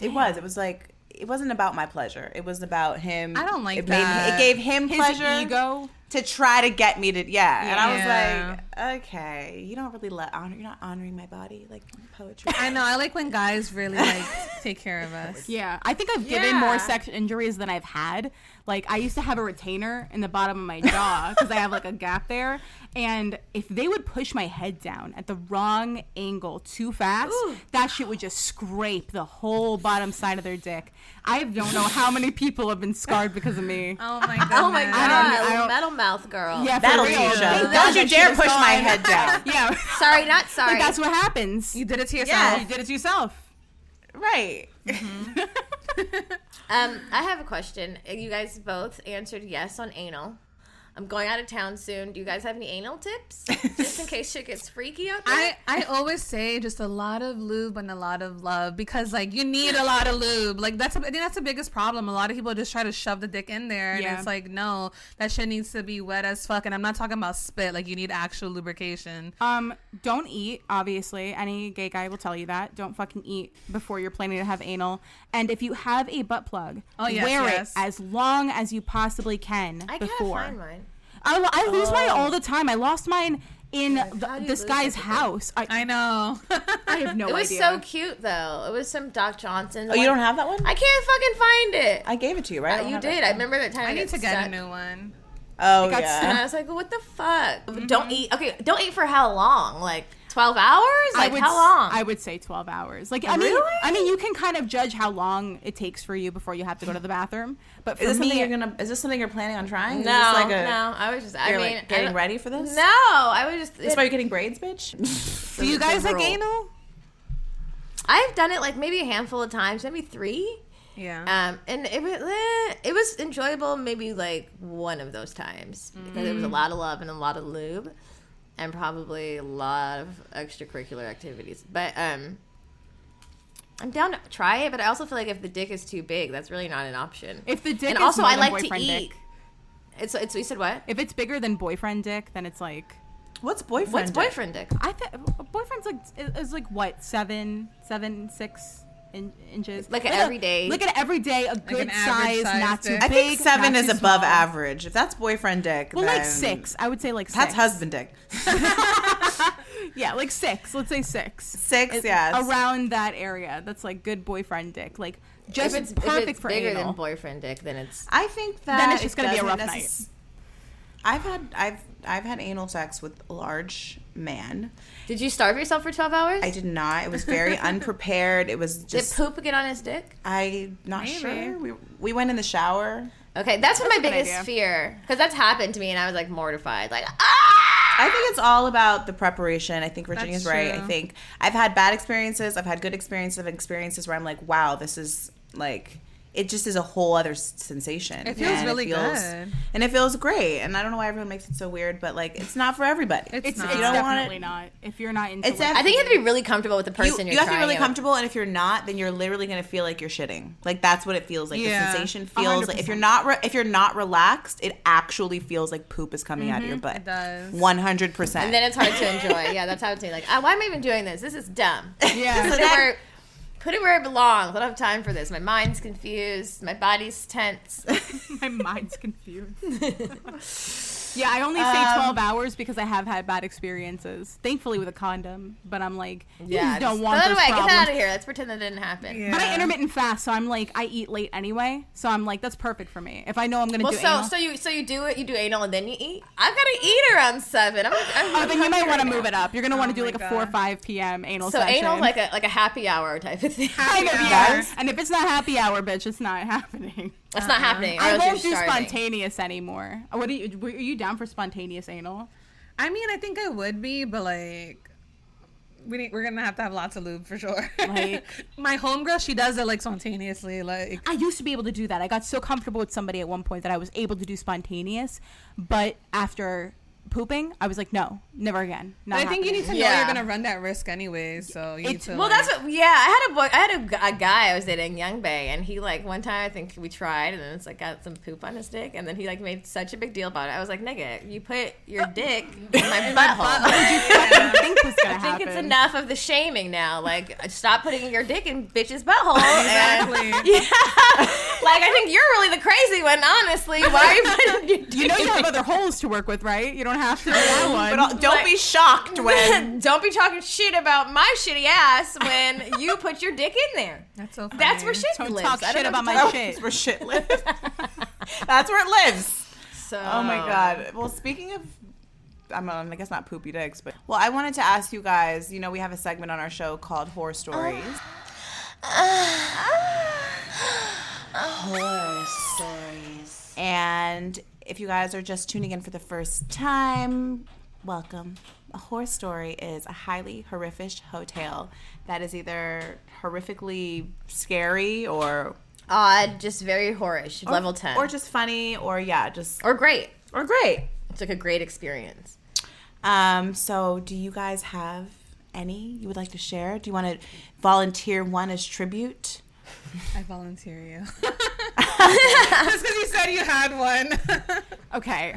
it was it was like. It wasn't about my pleasure. It was about him. I don't like it made- that. it gave him His pleasure ego. to try to get me to yeah. Yeah. And I was like, okay, you don't really let honor. You're not honoring my body like poetry. I know. I like when guys really like take care of us. Yeah, I think I've given more Yeah. sex injuries than I've had. Like I used to have a retainer in the bottom of my jaw because I have like a gap there, and if they would push my head down at the wrong angle too fast, that shit would just scrape the whole bottom side of their dick. I don't know how many people have been scarred because of me. Oh my god. Oh my god, I don't- I don't- metal mouth girl. Yeah, for That'll real. teach you. They Don't thought you that dare shit push was my on. head down. Yeah, Sorry, not sorry. like that's what happens. You did it to Yeah. yourself. You did it to yourself. right. Um, I have a question. You guys both answered yes on anal. I'm going out of town soon. Do you guys have any anal tips? Just in case shit gets freaky out there. I, I always say just a lot of lube and a lot of love because like you need a lot of lube like that's a, I think that's the biggest problem a lot of people just try to shove the dick in there and Yeah. it's like no that shit needs to be wet as fuck and I'm not talking about spit like you need actual lubrication Um, don't eat, obviously. Any gay guy will tell you that. Don't fucking eat before you're planning to have anal. And if you have a butt plug, Oh, yes, wear yes. it as long as you possibly can I gotta before. find mine. I, lo- I lose Oh. mine all the time. I lost mine in how the, do you this lose guy's everything? house. I, I know I have no It was idea. so cute though. It was some Doc Johnson. Oh, you don't have that one? I can't fucking find it. I gave it to you, right? I Uh, don't you have did. it. I remember that time. I need got to get stuck. a new one Oh got yeah. And I was like, what the fuck? Mm-hmm. Don't eat. Okay, don't eat for how long? Like 12 hours? Like I would, how long? I would say 12 hours. Like, I mean, Really? I mean, you can kind of judge how long it takes for you before you have to go to the bathroom. But for Is this me, something you're gonna? Is this something you're planning on trying? Is no, this like a, no. I was just, I You're mean, like I getting don't- ready for this. No, I was just. That's why you're getting braids, bitch. do you guys like rule. anal I've done it like maybe a handful of times, maybe three. yeah Um, and it was eh, it was enjoyable. Maybe like one of those times because there was Mm-hmm. a lot of love and a lot of lube, and probably a lot of extracurricular activities. But um, I'm down to try it. But I also feel like if the dick is too big, that's really not an option. if the dick and is also, more I than like to boyfriend eat. dick, It's it's. You said what? if it's bigger than boyfriend dick, then it's like What's boyfriend? What's dick? boyfriend dick? I think boyfriend's like is- is like what seven, seven, six in- inches. Like an a- everyday- Look at every day, a good an size, average size not too dick. big. I I think seven not is too above small. average. If that's boyfriend dick, Well, like then six. I would say like That's six. husband dick. Yeah, like six. Let's say six. Six, It- yes. Around that area, that's like good boyfriend dick. Like just if it's, perfect if it's for bigger anal. than boyfriend dick, then it's I think that it's just it gonna be a doesn't rough night. I've had I've I've had anal sex with a large man. Did you starve yourself for 12 hours? I did not. It was very unprepared. It was Did just poop get on his dick? I'm not Maybe. sure. We we went in the shower. Okay, that's, what my good biggest idea. fear. Because that's happened to me and I was like mortified. Like, ah! I think it's all about the preparation. I think Virginia's That's right. true. I think I've had bad experiences. I've had good experiences. I've had experiences where I'm like, wow, this is like it just is a whole other s- sensation. It feels And really good. and it feels great. And I don't know why everyone makes it so weird, but like it's not for everybody. It's It's, not. it's You don't want it- definitely not. If you're not into It's like, a- I think you have to be really comfortable with the you, person you you, are have to trying be really it with. comfortable and if you're not then you're literally going to feel like you're shitting like that's what it feels like Yeah. the sensation feels like if you're not re- if you're not relaxed it actually feels like poop is coming out of your butt Mm-hmm. it does 100% And then it's hard to enjoy. Yeah, that's how it's like, ah, why am I even doing this? This is dumb. Yeah. put, it that- where, put it where it belongs. I don't have time for this. My mind's confused. My body's tense. My mind's confused. yeah, I only say Um, 12 hours because I have had bad experiences. Thankfully with a condom, but I'm like, you Yeah, don't just want throw it those away. Get problems. that out of here. Let's pretend that didn't happen. Yeah. But I intermittent fast, so I'm like, I eat late anyway. So I'm like, that's perfect for me. If I know I'm gonna Well, do so anal, so you so you do it. You do anal and then you eat. I've got to eat around seven. I'm, I'm oh, then you might hungry want to now. move it up. You're gonna want to do my like a God. 4 or 5 p.m. anal Oh So session. anal like a like a happy hour type of thing. Kind of, Yeah. yeah. And if it's not happy hour, bitch, it's not happening. That's not happening. or uh-huh. I else won't do you're starving. spontaneous anymore. What are you? Were you down for spontaneous anal? I mean I think I would be but like we need, we're gonna have to have lots of lube for sure. Like- my homegirl, she does it like spontaneously. Like I used to be able to do that. I got so comfortable with somebody at one point that I was able to do spontaneous, but after pooping, I was like, no, never again. Not I think you happening. need to know Yeah. you're gonna run that risk anyway. So you need It's- to. Well, like- that's what. Yeah, I had a boy. I had a, gu- a guy I was dating, young bay, and he like one time I think we tried, and then it's like got some poop on his dick, and then he like made such a big deal about it. I was like, nigga, you put your dick in my butthole. I didn't think was gonna I think it's happen. enough of the shaming now. Like, stop putting your dick in bitches' butthole. and- Exactly. yeah. Like, I think you're really the crazy one, honestly. Why are you putting your dick You know you have other holes to work with, right? You don't have to do that one. But I'll- don't be shocked when Don't be talking shit about my shitty ass when you put your dick in there. That's so. Funny. That's where shit don't lives. talk I don't shit know about what to my talk- That's shit. where shit lives. That's where it lives. So, Oh my Um, god. Well, speaking of, I'm um, I guess not poopy dicks, but well, I wanted to ask you guys. You know, we have a segment on our show called Horror Oh. Stories. Horror stories. And if you guys are just tuning in for the first time, welcome. A horror story is a highly horrific hotel that is either horrifically scary or Odd, just very horish. level 10. or Or, just funny or yeah, just great. or great. It's like a great experience. Um, so do you guys have any you would like to share? Do you want to volunteer one as tribute? I volunteer you. Just because you said you had one. Okay.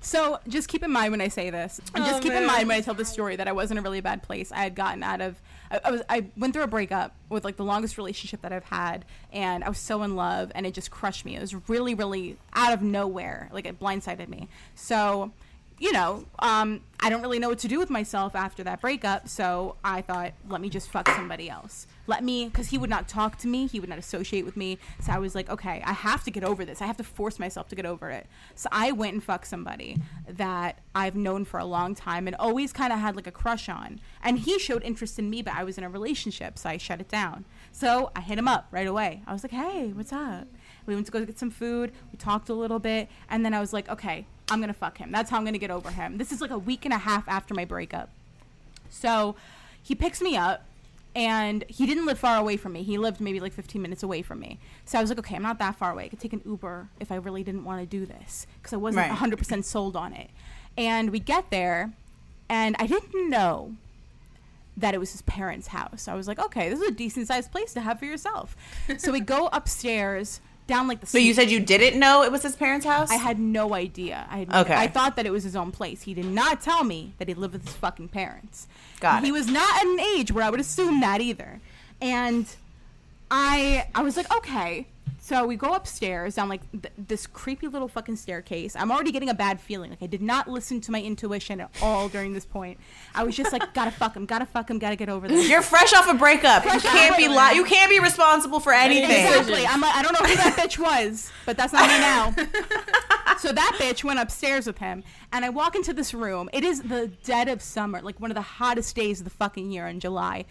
So just keep in mind when I say this, and just Oh, keep man. in mind when I tell this story that I was in a really bad place. I had gotten out of, I, I was, I went through a breakup with like the longest relationship that I've had, and I was so in love, and it just crushed me. It was really, really out of nowhere, like it blindsided me. So, you know, um, I don't really know what to do with myself after that breakup. So I thought, let me just fuck somebody else. Let me, because he would not talk to me, he would not associate with me. So I was like, okay, I have to get over this. I have to force myself to get over it. So I went and fucked somebody that I've known for a long time and always kind of had like a crush on. And he showed interest in me, but I was in a relationship, so I shut it down. So I hit him up right away. I was like, hey, what's up? We went to go get some food. We talked a little bit. And then I was like, okay, I'm going to fuck him. That's how I'm going to get over him. This is like a week and a half after my breakup. So he picks me up and he didn't live far away from me. He lived maybe like 15 minutes away from me. So I was like, okay, I'm not that far away. I could take an Uber if I really didn't want to do this because I wasn't Right. 100% sold on it. And we get there and I didn't know that it was his parents' house. I was like, okay, this is a decent sized place to have for yourself. so we go upstairs down like the So you said you didn't know it was his parents' house? I had no idea. I had Okay. I thought that it was his own place. He did not tell me that he lived with his fucking parents. Got And it. He was not at an age where I would assume that either. And I I was like, okay. So we go upstairs down like th- this creepy little fucking staircase. I'm already getting a bad feeling. Like I did not listen to my intuition at all during this point. I was just like, gotta fuck him, gotta fuck him, gotta get over this. You're fresh off a breakup. You can't be li- you can't be responsible for anything. Exactly. I'm like, I don't know who that bitch was, but that's not me now. so that bitch went upstairs with him, and I walk into this room. It is the dead of summer, like one of the hottest days of the fucking year in July.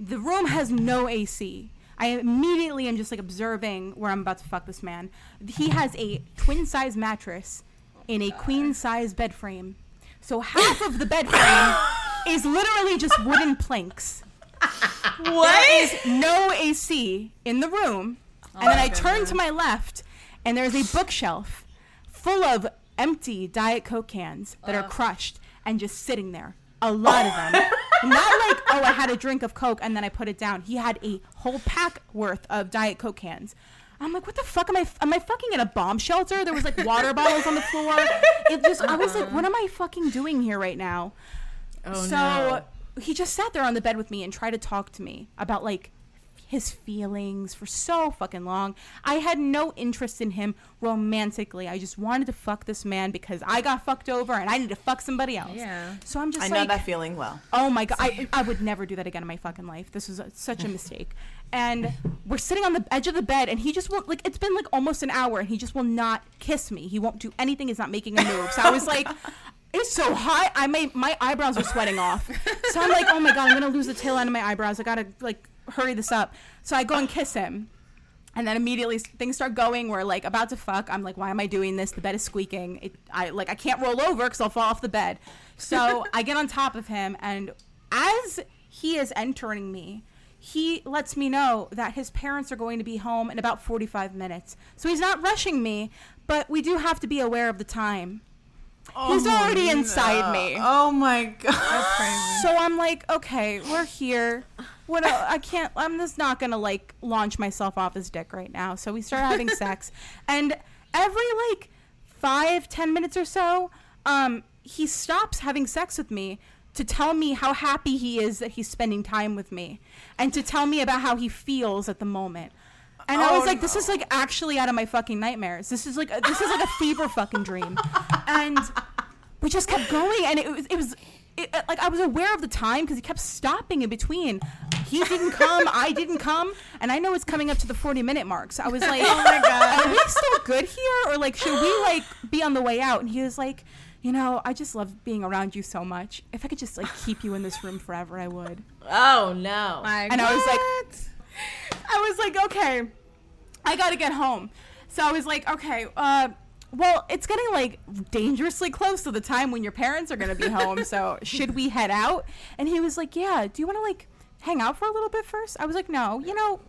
The room has no AC. I immediately am just like observing where I'm about to fuck this man. He has a twin size mattress in a queen size bed frame. So half of the bed frame is literally just wooden planks What? no AC in the room. and then I turn to my left, and there's a bookshelf full of empty Diet Coke cans that are crushed and just sitting there. A lot of them. Not like, oh, I had a drink of Coke and then I put it down. He had a whole pack worth of Diet Coke cans. I'm like, what the fuck am I? Am I fucking in a bomb shelter? There was like water bottles on the floor. It just, I was like, what am I fucking doing here right now? Oh, so he just sat there on the bed with me and tried to talk to me about like his feelings for so fucking long. I had no interest in him romantically. I just wanted to fuck this man because I got fucked over and I need to fuck somebody else. Yeah. So I'm just I like, know that feeling well. Oh my god, I, I would never do that again in my fucking life. This was a, such a mistake. And we're sitting on the edge of the bed, and he just won't like. It's been like almost an hour, and he just will not kiss me. He won't do anything. He's not making a move. So I was like, it's so hot. I may my eyebrows are sweating off. So I'm like, oh my god, I'm gonna lose the tail end of my eyebrows. I gotta like hurry this up. So I go and kiss him. And then immediately s- things start going. We're like about to fuck. I'm like, why am I doing this? The bed is squeaking. It, I like I can't roll over because I'll fall off the bed. So I get on top of him, and as he is entering me. He lets me know that his parents are going to be home in about 45 minutes. So he's not rushing me, but we do have to be aware of the time. he's already inside me. Oh my god. So I'm like, okay, we're here. What el- I can't. I'm just not gonna like launch myself off his dick right now. So we start having sex, and every like five ten minutes or so, um, he stops having sex with me to tell me how happy he is that he's spending time with me, and to tell me about how he feels at the moment. And I Oh, was like, this is like actually out of my fucking nightmares. This is like a, this is like a fever fucking dream, and we just kept going and it was it was it, uh, like i was aware of the time because he kept stopping in between he didn't come i didn't come and i know it's coming up to the 40 minute mark so i was like oh my god are we still good here or like should we like be on the way out and he was like you know i just love being around you so much if i could just like keep you in this room forever i would Oh no. Like, And I was like- what? I was like, okay, I gotta get home. So I was like, okay, uh, well, it's getting like dangerously close to the time when your parents are gonna be home. So should we head out? And he was like, yeah. Do you want to like hang out for a little bit first? I was like, no. You know,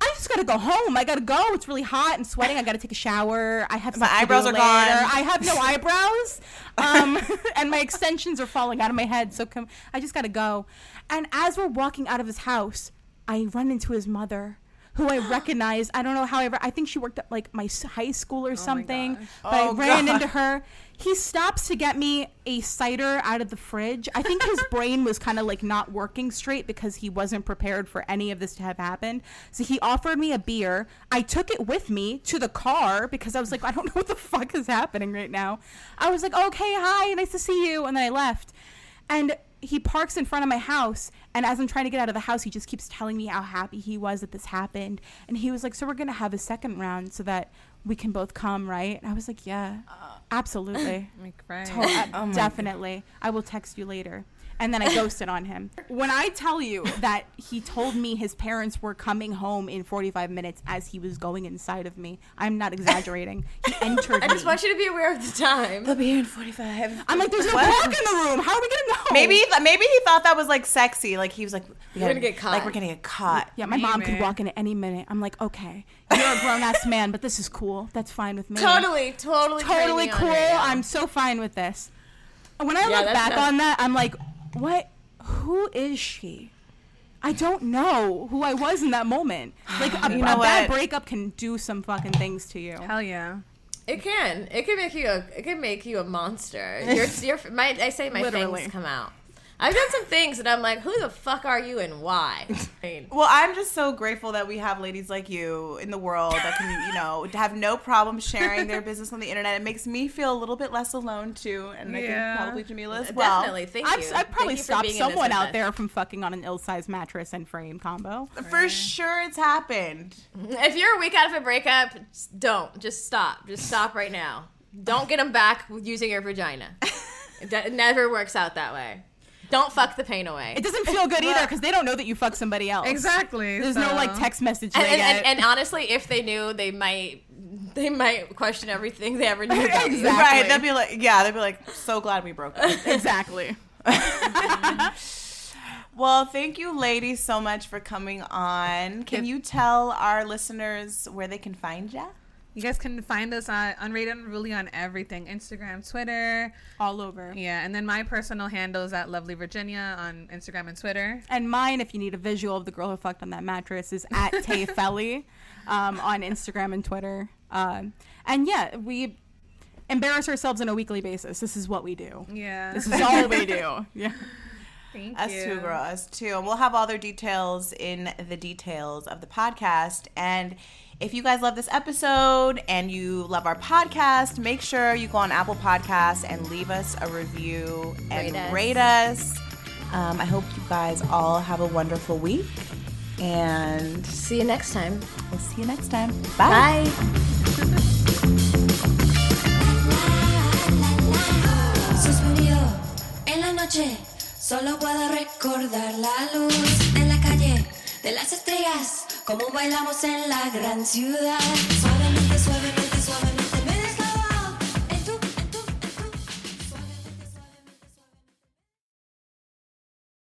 I just gotta go home. I gotta go. It's really hot and sweating. I gotta take a shower. I have My stuff to do eyebrows are later. gone. I have no eyebrows, um, and my extensions are falling out of my head. So come, I just gotta go. And as we're walking out of his house, I run into his mother, who I recognize. I don't know how I. Re- I think she worked at like my s- high school or something. But I Oh, ran God. into her. He stops to get me a cider out of the fridge. I think his brain was kind of like not working straight because he wasn't prepared for any of this to have happened. So he offered me a beer. I took it with me to the car because I was like, I don't know what the fuck is happening right now. I was like, okay, hi, nice to see you. And then I left. And he parks in front of my house. And as I'm trying to get out of the house, he just keeps telling me how happy he was that this happened. And he was like, So we're going to have a second round so that we can both come, right? And I was like, Yeah, absolutely. Like, right. To- Oh uh, definitely. I will text you later. And then I ghosted on him. When I tell you that he told me his parents were coming home in 45 minutes as he was going inside of me, I'm not exaggerating. He entered I just me. want you to be aware of the time. They'll be here in 45. I'm like, there's no What? clock in the room. How are we gonna know? Maybe he th- maybe he thought that was like sexy. Like he was like, we We're gotta- gonna get caught. Like we're gonna get caught. Yeah, my mom could walk in at any minute. I'm like, okay, you're a grown ass man, but this is cool. That's fine with me. Totally, totally, turning totally me on cool. right now. I'm so fine with this. And When I Yeah, look that's back not- on that, I'm like, what? Who is she? I don't know who I was in that moment. Like a, You a know bad what? breakup can do some fucking things to you. Hell yeah. It can. It can make you a. It can make you a monster. Your, your, my, I say my Literally. things come out. I've done some things that I'm like, who the fuck are you and why? I mean, Well, I'm just so grateful that we have ladies like you in the world that can, you know, have no problem sharing their business on the internet. It makes me feel a little bit less alone too, and I Yeah. think probably Jamila as well. definitely. Thank you. I've, I've Thank probably you for stopped being in this someone with out us. there from fucking on an ill-sized mattress and frame combo. For sure, it's happened. If you're a week out of a breakup, s- don't. Just stop. Just stop right now. Don't get them back with using your vagina. It d- it never works out that way. Don't fuck the pain away. It doesn't feel good either because they don't know that you fucked somebody else. Exactly. There's so- no like text message they and, and, get. and, and honestly, if they knew, they might they might question everything they ever knew about you. Exactly. Right? They'll be like, yeah, they'll be like, so glad we broke up. exactly. well, thank you, ladies, so much for coming on. Can you tell our listeners where they can find ya? You guys can find us on Unrated Unruly on everything Instagram, Twitter. All over. Yeah. And then my personal handle is at Lovely Virginia on Instagram and Twitter. And mine, if you need a visual of the girl who fucked on that mattress, is at Tay Felly um, on Instagram and Twitter. Um, and yeah, we embarrass ourselves on a weekly basis. This is what we do. Yeah. This is all we do. Yeah. Thank Us you. too, girl. Us too. And we'll have all their details in the details of the podcast. And if you guys love this episode and you love our podcast, make sure you go on Apple Podcasts and leave us a review and Rate us. rate us. Um, I hope you guys all have a wonderful week. And See you next time. we'll see you next time. Bye. Suspendido en la noche, solo puedo recordar la luz de la calle, de las estrellas, como bailamos en la gran ciudad. Suavemente